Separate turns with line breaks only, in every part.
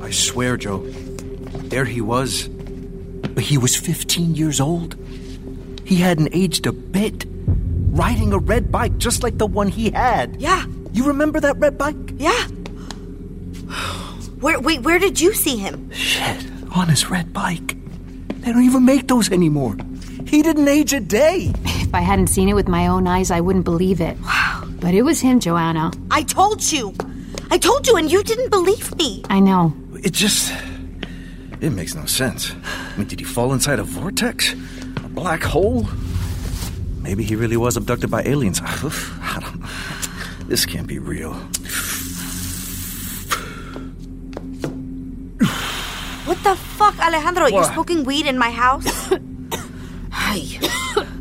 I swear, Joe. There he was. But he was 15 years old. He hadn't aged a bit. Riding a red bike just like the one he had.
Yeah,
You remember that red bike?
yeah. Where, wait, where did you see him?
Shit, on his red bike. They don't even make those anymore. He didn't age a day.
If I hadn't seen it with my own eyes, I wouldn't believe it. Wow. But it was him, Joanna.
I told you. I told you, and you didn't believe me.
I know.
It just. It makes no sense. I mean, did he fall inside a vortex? A black hole? Maybe he really was abducted by aliens. Oof, I don't know. This can't be real.
What the fuck, Alejandro? You're
What?
smoking weed in my house? Ay.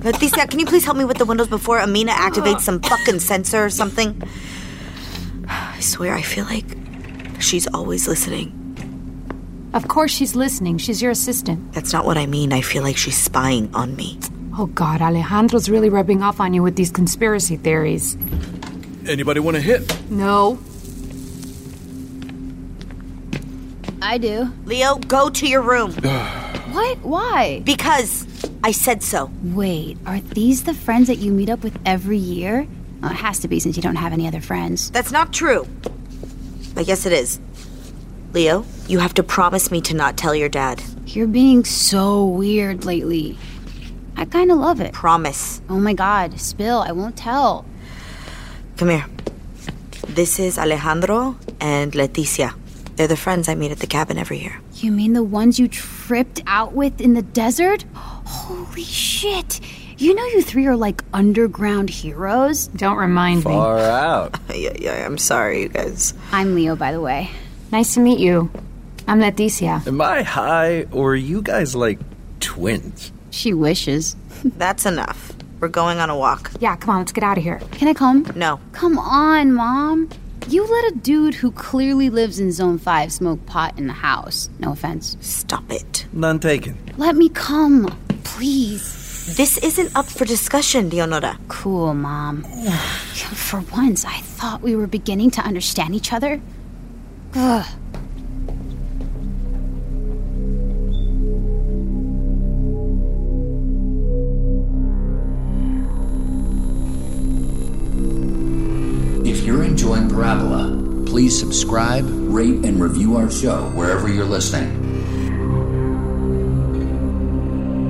Leticia, can you please help me with the windows before Amina activates some fucking sensor or something? I swear, I feel like she's always listening.
Of course she's listening. She's your assistant.
That's not what I mean. I feel like she's spying on me.
Oh, God, Alejandro's really rubbing off on you with these conspiracy theories.
Anybody want to hit?
No.
I do.
Leo, go to your room.
What? Why?
Because I said so.
Wait, are these the friends that you meet up with every year? Oh, it has to be since you don't have any other friends.
That's not true. I guess it is. Leo, you have to promise me to not tell your dad.
You're being so weird lately. I kind of love it.
Promise.
Oh my god, spill, I won't tell.
Come here. This is Alejandro and Leticia. They're the friends I meet at the cabin every year.
You mean the ones you tripped out with in the desert? Holy shit! You know you three are like underground heroes?
Don't remind me.
out.
Yeah, yeah, I'm sorry, you guys.
I'm Leo, by the way.
Nice to meet you. I'm Leticia.
Am I high or are you guys like twins?
She wishes.
That's enough. We're going on a walk.
Yeah, come on, let's get out of here.
Can I come?
No.
Come on, Mom. You let a dude who clearly lives in Zone 5 smoke pot in the house. No offense.
Stop it.
None taken.
Let me come, please.
This isn't up for discussion, Leonora.
Cool, Mom. For once, I thought we were beginning to understand each other. Ugh.
If you're enjoying Parabola, please subscribe, rate, and review our show wherever you're listening.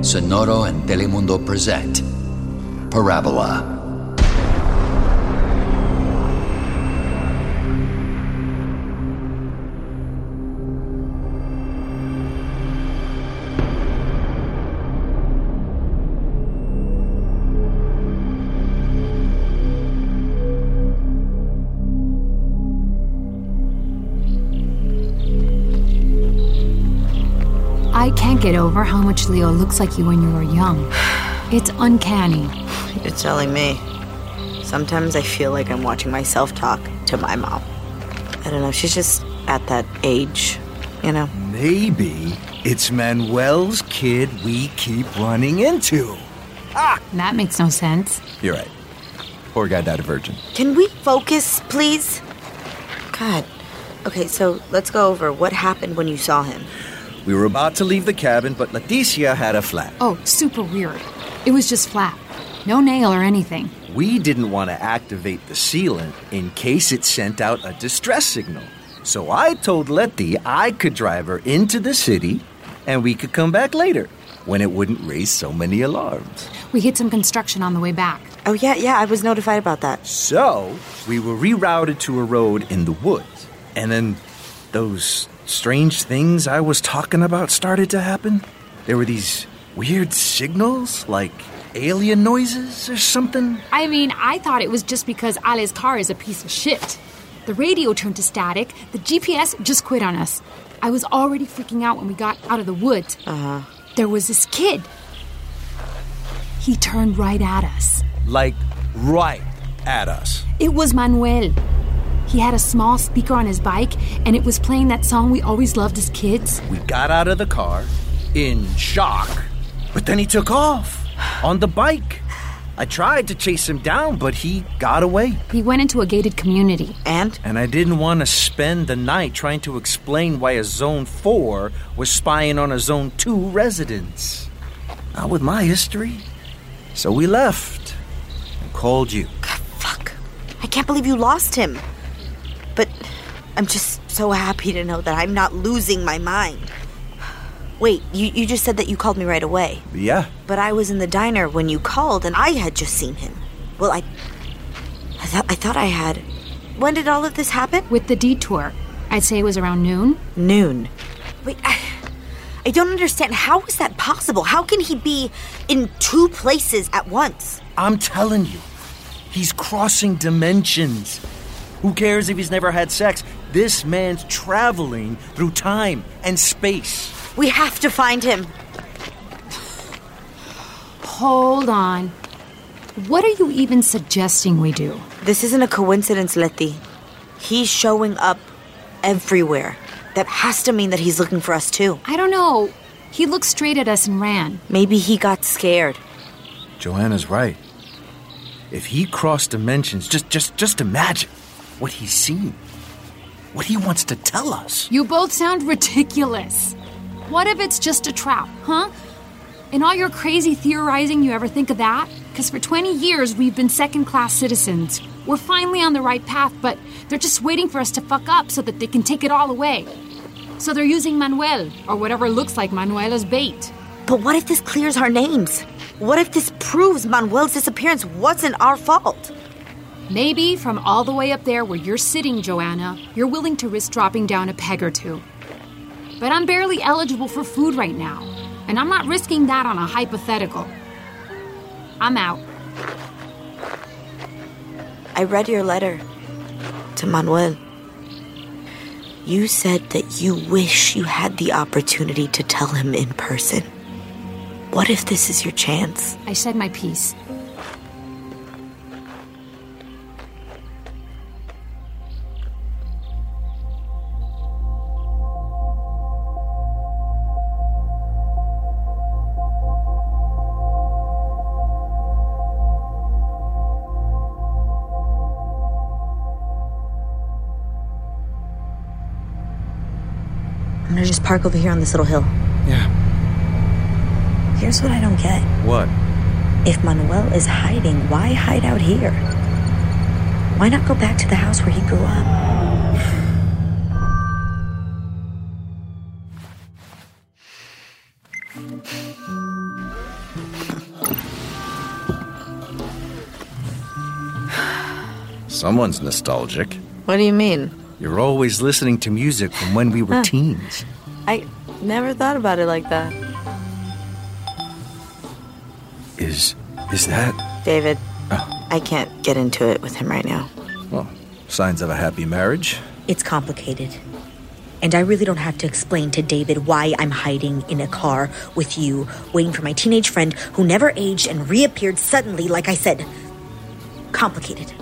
Sonoro and Telemundo present Parabola.
I can't get over how much Leo looks like you when you were young. It's uncanny.
You're telling me. Sometimes I feel like I'm watching myself talk to my mom. I don't know, she's just at that age, you know?
Maybe it's Manuel's kid we keep running into.
That makes no sense.
You're right. Poor guy died a virgin.
Can we focus, please? God. Okay, so let's go over what happened when you saw him.
We were about to leave the cabin, but Leticia had a flat.
Oh, super weird. It was just flat. No nail or anything.
We didn't want to activate the sealant in case it sent out a distress signal. So I told Letty I could drive her into the city and we could come back later when it wouldn't raise so many alarms.
We hit some construction on the way back.
Oh, yeah, yeah, I was notified about that.
So we were rerouted to a road in the woods. And then those strange things I was talking about started to happen. There were these weird signals, like alien noises or something.
I mean, I thought it was just because Ale's car is a piece of shit. The radio turned to static, the GPS just quit on us. I was already freaking out when we got out of the woods. Uh huh. There was this kid. He turned right at us.
Like, right at us.
It was Manuel. He had a small speaker on his bike, and it was playing that song we always loved as kids.
We got out of the car in shock, but then he took off on the bike. I tried to chase him down, but he got away.
He went into a gated community.
And?
And I didn't want to spend the night trying to explain why a Zone 4 was spying on a Zone 2 residence. Not with my history. So we left and called you.
God, Ah, fuck. I can't believe you lost him. But I'm just so happy to know that I'm not losing my mind. Wait, you, you just said that you called me right away.
Yeah.
But I was in the diner when you called and I had just seen him. Well, I. I thought I, thought I had. When did all of this happen?
With the detour, I'd say it was around noon.
Noon. Wait, I, I don't understand. How is that possible? How can he be in two places at once?
I'm telling you, he's crossing dimensions. Who cares if he's never had sex? This man's traveling through time and space.
We have to find him.
Hold on. What are you even suggesting we do?
This isn't a coincidence, Letty. He's showing up everywhere. That has to mean that he's looking for us too.
I don't know. He looked straight at us and ran.
Maybe he got scared.
Joanna's right. If he crossed dimensions, just just just imagine what he's seen. What he wants to tell us.
You both sound ridiculous. What if it's just a trap, huh? In all your crazy theorizing, you ever think of that? Because for 20 years, we've been second class citizens. We're finally on the right path, but they're just waiting for us to fuck up so that they can take it all away. So they're using Manuel, or whatever looks like Manuel, as bait.
But what if this clears our names? What if this proves Manuel's disappearance wasn't our fault?
Maybe from all the way up there where you're sitting, Joanna, you're willing to risk dropping down a peg or two but I'm barely eligible for food right now, and I'm not risking that on a hypothetical. I'm out.
I read your letter to Manuel. You said that you wish you had the opportunity to tell him in person. What if this is your chance?
I said my piece.
I'm gonna just park over here on this little hill.
Yeah.
Here's what I don't get.
What?
If Manuel is hiding, why hide out here? Why not go back to the house where he grew up?
Someone's nostalgic.
What do you mean?
You're always listening to music from when we were teens.
I never thought about it like that.
Is is that
David,
Uh.
I can't get into it with him right now.
Well, signs of a happy marriage.
It's complicated. And I really don't have to explain to David why I'm hiding in a car with you, waiting for my teenage friend who never aged and reappeared suddenly, like I said. Complicated.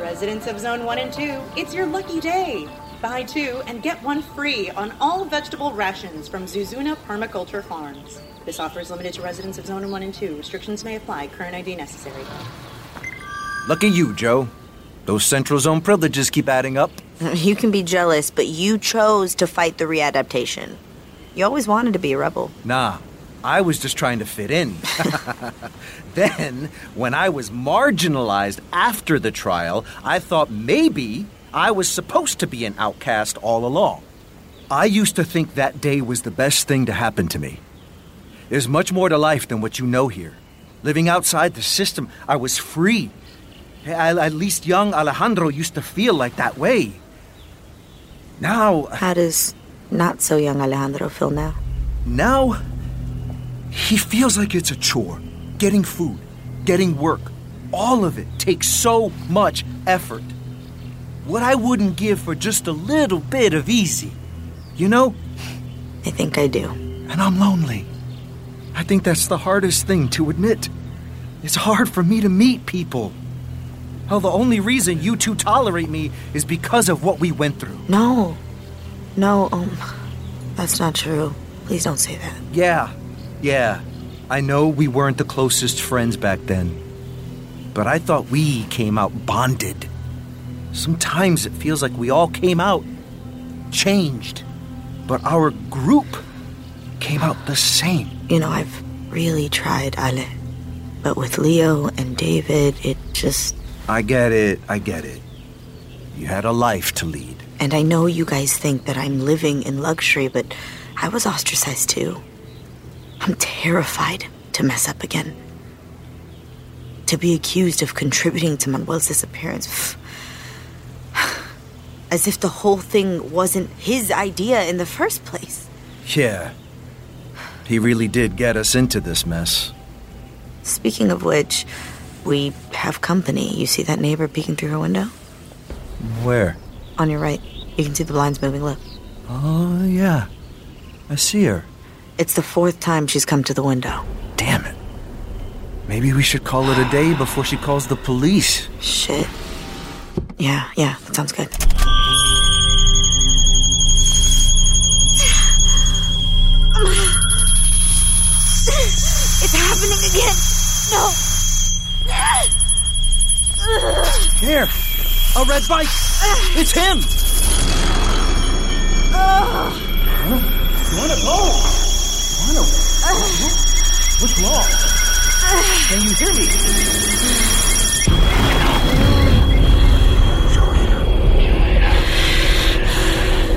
Residents of Zone 1 and 2, it's your lucky day. Buy two and get one free on all vegetable rations from Zuzuna Permaculture Farms. This offer is limited to residents of Zone 1 and 2. Restrictions may apply. Current ID necessary.
lucky you, Joe? Those Central Zone privileges keep adding up.
You can be jealous, but you chose to fight the readaptation. You always wanted to be a rebel.
Nah, I was just trying to fit in. then, when I was marginalized after the trial, I thought maybe I was supposed to be an outcast all along. I used to think that day was the best thing to happen to me. There's much more to life than what you know here. Living outside the system, I was free. A- At least young Alejandro used to feel like that way. Now,
How does not so young Alejandro feel now?
now, he feels like it's a chore. Getting food, getting work, all of it takes so much effort. What I wouldn't give for just a little bit of easy. You know,
I think I do.
and I'm lonely. I think that's the hardest thing to admit. It's hard for me to meet people. Hell, the only reason you two tolerate me is because of what we went through.
No. No, um, that's not true. Please don't say that.
Yeah, yeah. I know we weren't the closest friends back then, but I thought we came out bonded. Sometimes it feels like we all came out changed, but our group came out the same.
You know, I've really tried, Ale. But with Leo and David, it just.
I get it. I get it. You had a life to lead.
And I know you guys think that I'm living in luxury, but I was ostracized too. I'm terrified to mess up again. To be accused of contributing to Manuel's disappearance. pff. As if the whole thing wasn't his idea in the first place.
Yeah. He really did get us into this mess.
Speaking of which, we have company. You see that neighbor peeking through her window?
Where?
On your right. You can see the blinds moving. Look.
Oh, yeah. I see her.
It's the fourth time she's come to the window.
Damn it. Maybe we should call it a day before she calls the police.
Shit. Yeah, yeah, that sounds good.
It's happening again. No.
Here. A red bike. It's him.
Run it low! Run it. What's wrong? Can you hear me?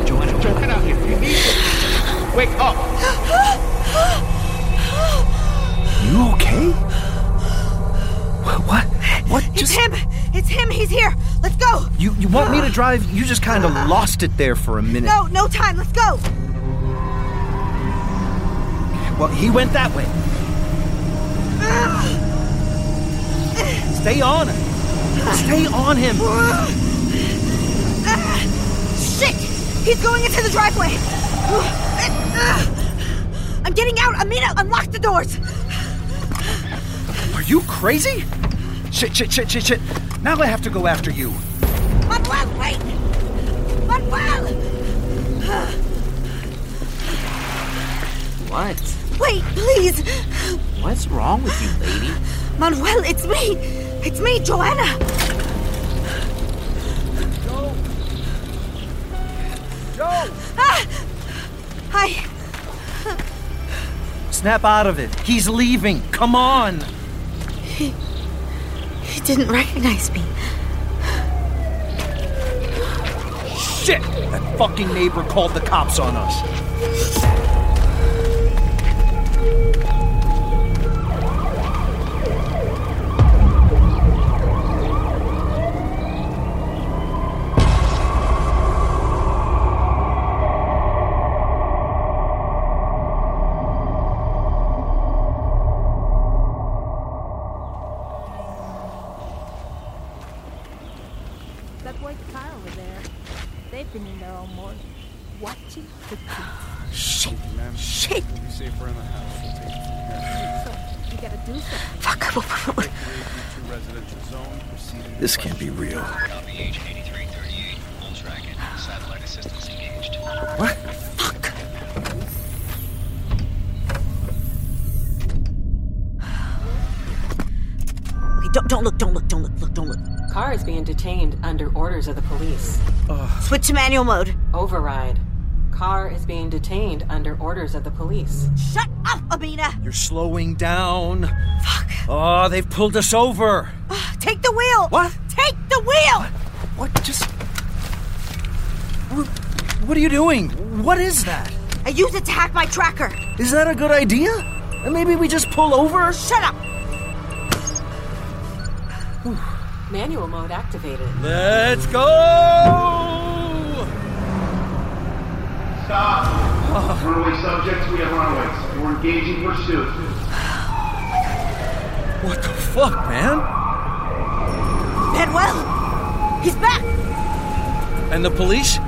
Joanna, Joanna, if you need it, wake up!
You okay? Wh- What? What
It's
just
him. It's him. He's here. Let's go.
you you want me to drive? You just kind of lost it there for a minute.
No, no time. Let's go.
Well, he went that way. Stay on him. Stay on him.
Shit. He's going into the driveway. I'm getting out. Amina, unlock the doors.
Are you crazy? Shit, shit, shit, shit, shit. Now I have to go after you.
Manuel, wait. Manuel,
What?
wait, please.
What's wrong with you, lady?
Manuel, it's me. It's me, Joanna.
Go!
Ah! Hi.
Snap out of it. He's leaving. Come on.
He didn't recognize me.
Shit! That fucking neighbor called the cops on us.
That white car over there. They've been in there all morning. Watching the
Shit.
You gotta do something.
Fuck, I will-
This can't be real. What?
Okay, don't, don't look, don't look, don't look, look, don't look.
Car is being detained under orders of the police.
Switch to manual mode.
Override. Car is being detained under orders of the police.
Shut up, Amina.
You're slowing down. Fuck. Oh, they've pulled us over.
Take the wheel.
What?
Take the wheel.
What? Just. What what are you doing? What is that?
I used it to hack my tracker.
Is that a good idea? Uh, Maybe we just pull over?
Shut up.
Manual mode activated.
Let's go!
Runaway subjects, we have runaways. We're engaging pursuit.
What the fuck, man?
Manuel! He's back!
And the police?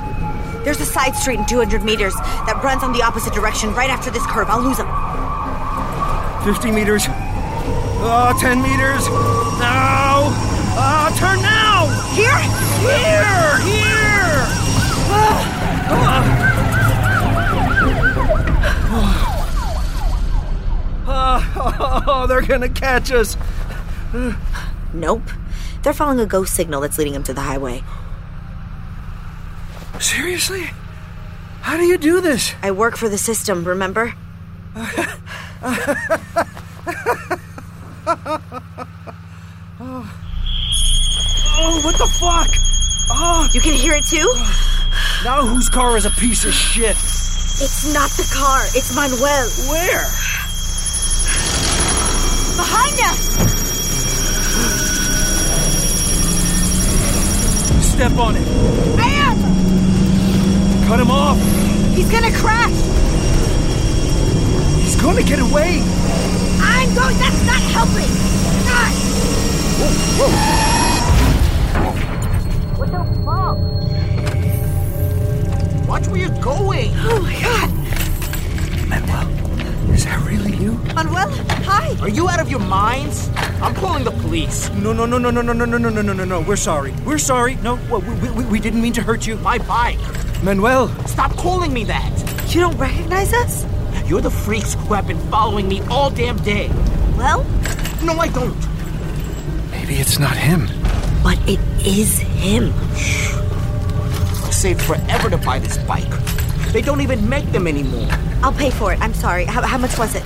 There's a side street in 200 meters that runs on the opposite direction right after this curve. I'll lose him.
50 meters. Oh, 10 meters. No! Ah, turn now!
Here?
Here! Here! Ah, oh, they're gonna catch us.
Nope. They're following a ghost signal that's leading them to the highway.
Seriously? How do you do this?
I work for the system, remember?
Oh, what the fuck? Oh,
you can hear it too?
Now whose car is a piece of shit?
It's not the car, it's Manuel.
Where?
Behind us!
Step on it.
I am!
Cut him off.
He's gonna crash!
He's gonna get away.
I'm going, that's not helping! God!
What the fuck? Watch where you're going!
Oh my god!
Is that really you?
Manuel, hi!
Are you out of your minds? I'm calling the police.
No, no, no, no, no, no, no, no, no, no, no, no, no. We're sorry. We're sorry. No, we, we, we- we didn't mean to hurt you.
My bike.
Manuel.
Stop calling me that.
You don't recognize us?
You're the freaks who have been following me all damn day.
Well,
No, I don't.
Maybe it's not him.
But it is him.
Saved forever to buy this bike. They don't even make them anymore.
I'll pay for it. I'm sorry. How, how much was it?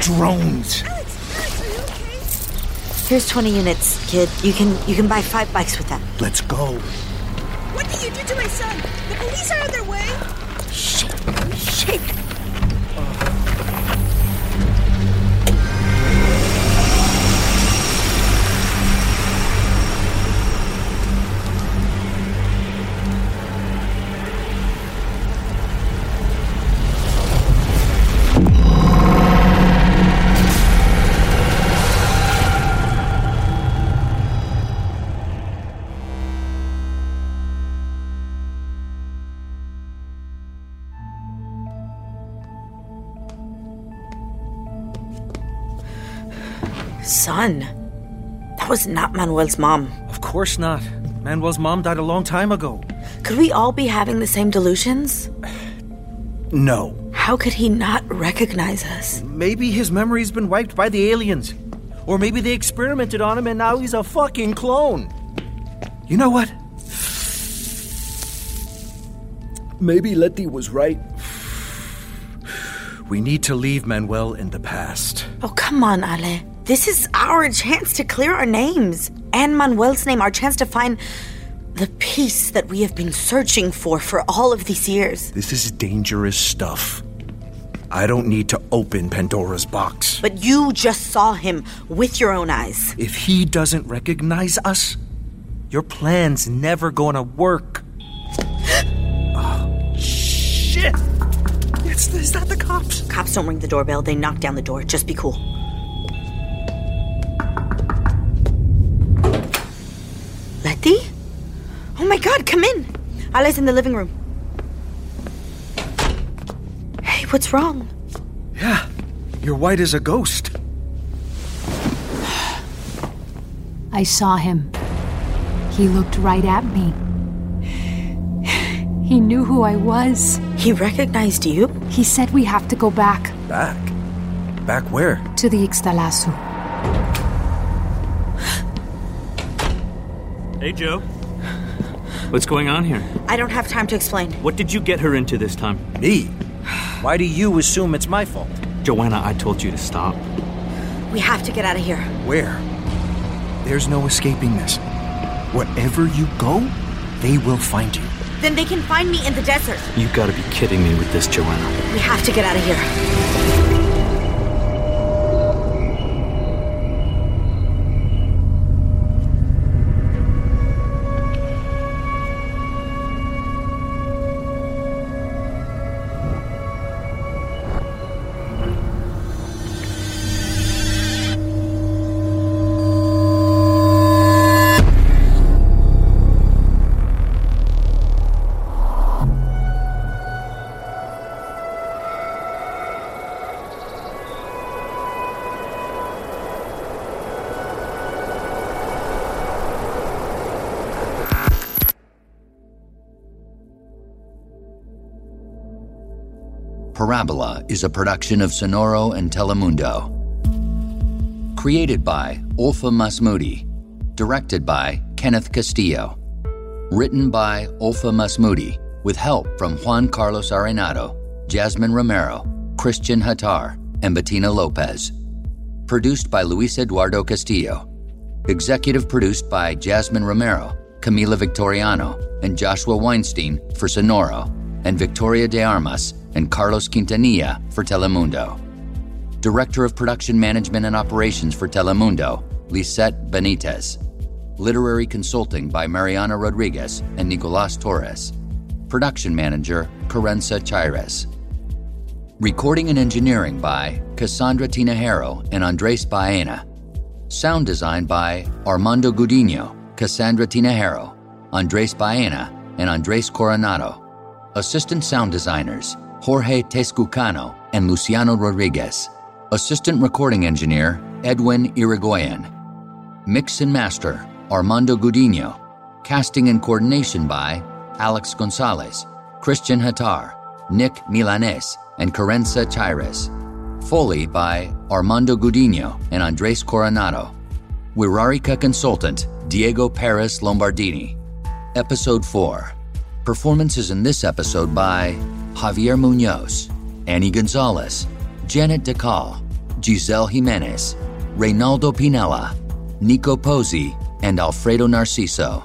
Drones.
Here's 20 units, kid. You can you can buy five bikes with them.
Let's go.
What did you do to my son? The police are on their way! Shake! Shake! Son. That was not Manuel's mom.
Of course not. Manuel's mom died a long time ago.
Could we all be having the same delusions?
No.
How could he not recognize us?
Maybe his memory's been wiped by the aliens. Or maybe they experimented on him and now he's a fucking clone. You know what? Maybe Letty was right. We need to leave Manuel in the past.
Oh, come on, Ale. This is our chance to clear our names and Manuel's name, our chance to find the peace that we have been searching for for all of these years.
This is dangerous stuff. I don't need to open Pandora's box.
But you just saw him with your own eyes.
If he doesn't recognize us, your plan's never gonna work. oh, shit! It's, is that the cops?
Cops don't ring the doorbell, they knock down the door. Just be cool. Letty? Oh my god, come in! Ale's in the living room. Hey, what's wrong?
Yeah, you're white as a ghost.
I saw him. He looked right at me. He knew who I was.
He recognized you?
He said we have to go back
Back? Back where?
to the Ixtalasu.
Hey, Joe. What's going on here?
I don't have time to explain.
What did you get her into this time?
Me? Why do you assume it's my fault?
Joanna, I told you to stop.
We have to get out of here.
Where? There's no escaping this. Wherever you go, they will find you.
Then they can find me in the desert.
You gotta be kidding me with this, Joanna.
We have to get out of here.
Parabola is a production of Sonoro and Telemundo. Created by Olfa Masmoudi. Directed by Kenneth Castillo. Written by Olfa Masmoudi, with help from Juan Carlos Arenado, Jasmine Romero, Christian Hattar, and Bettina Lopez. Produced by Luis Eduardo Castillo. Executive produced by Jasmine Romero, Camila Victoriano, and Joshua Weinstein for Sonoro, and Victoria de Armas and Carlos Quintanilla for Telemundo. Director of Production Management and Operations for Telemundo, Lisette Benitez. Literary Consulting by Mariana Rodriguez and Nicolas Torres. Production Manager, Carenza Chires. Recording and Engineering by Cassandra Tinajero and Andres Baena. Sound Design by Armando Gudino, Cassandra Tinajero, Andres Baena, and Andres Coronado. Assistant Sound Designers, Jorge Tezcucano and Luciano Rodriguez. Assistant Recording Engineer, Edwin Irigoyen. Mix and Master, Armando Gudino. Casting and Coordination by Alex Gonzalez, Christian Hattar, Nick Milanes, and Carenza Chires. Foley by Armando Gudino and Andres Coronado. Wirarica Consultant, Diego Perez Lombardini. Episode 4. Performances in this episode by Javier Munoz, Annie Gonzalez, Janet DeCall, Giselle Jimenez, Reynaldo Pinella, Nico Pozzi, and Alfredo Narciso.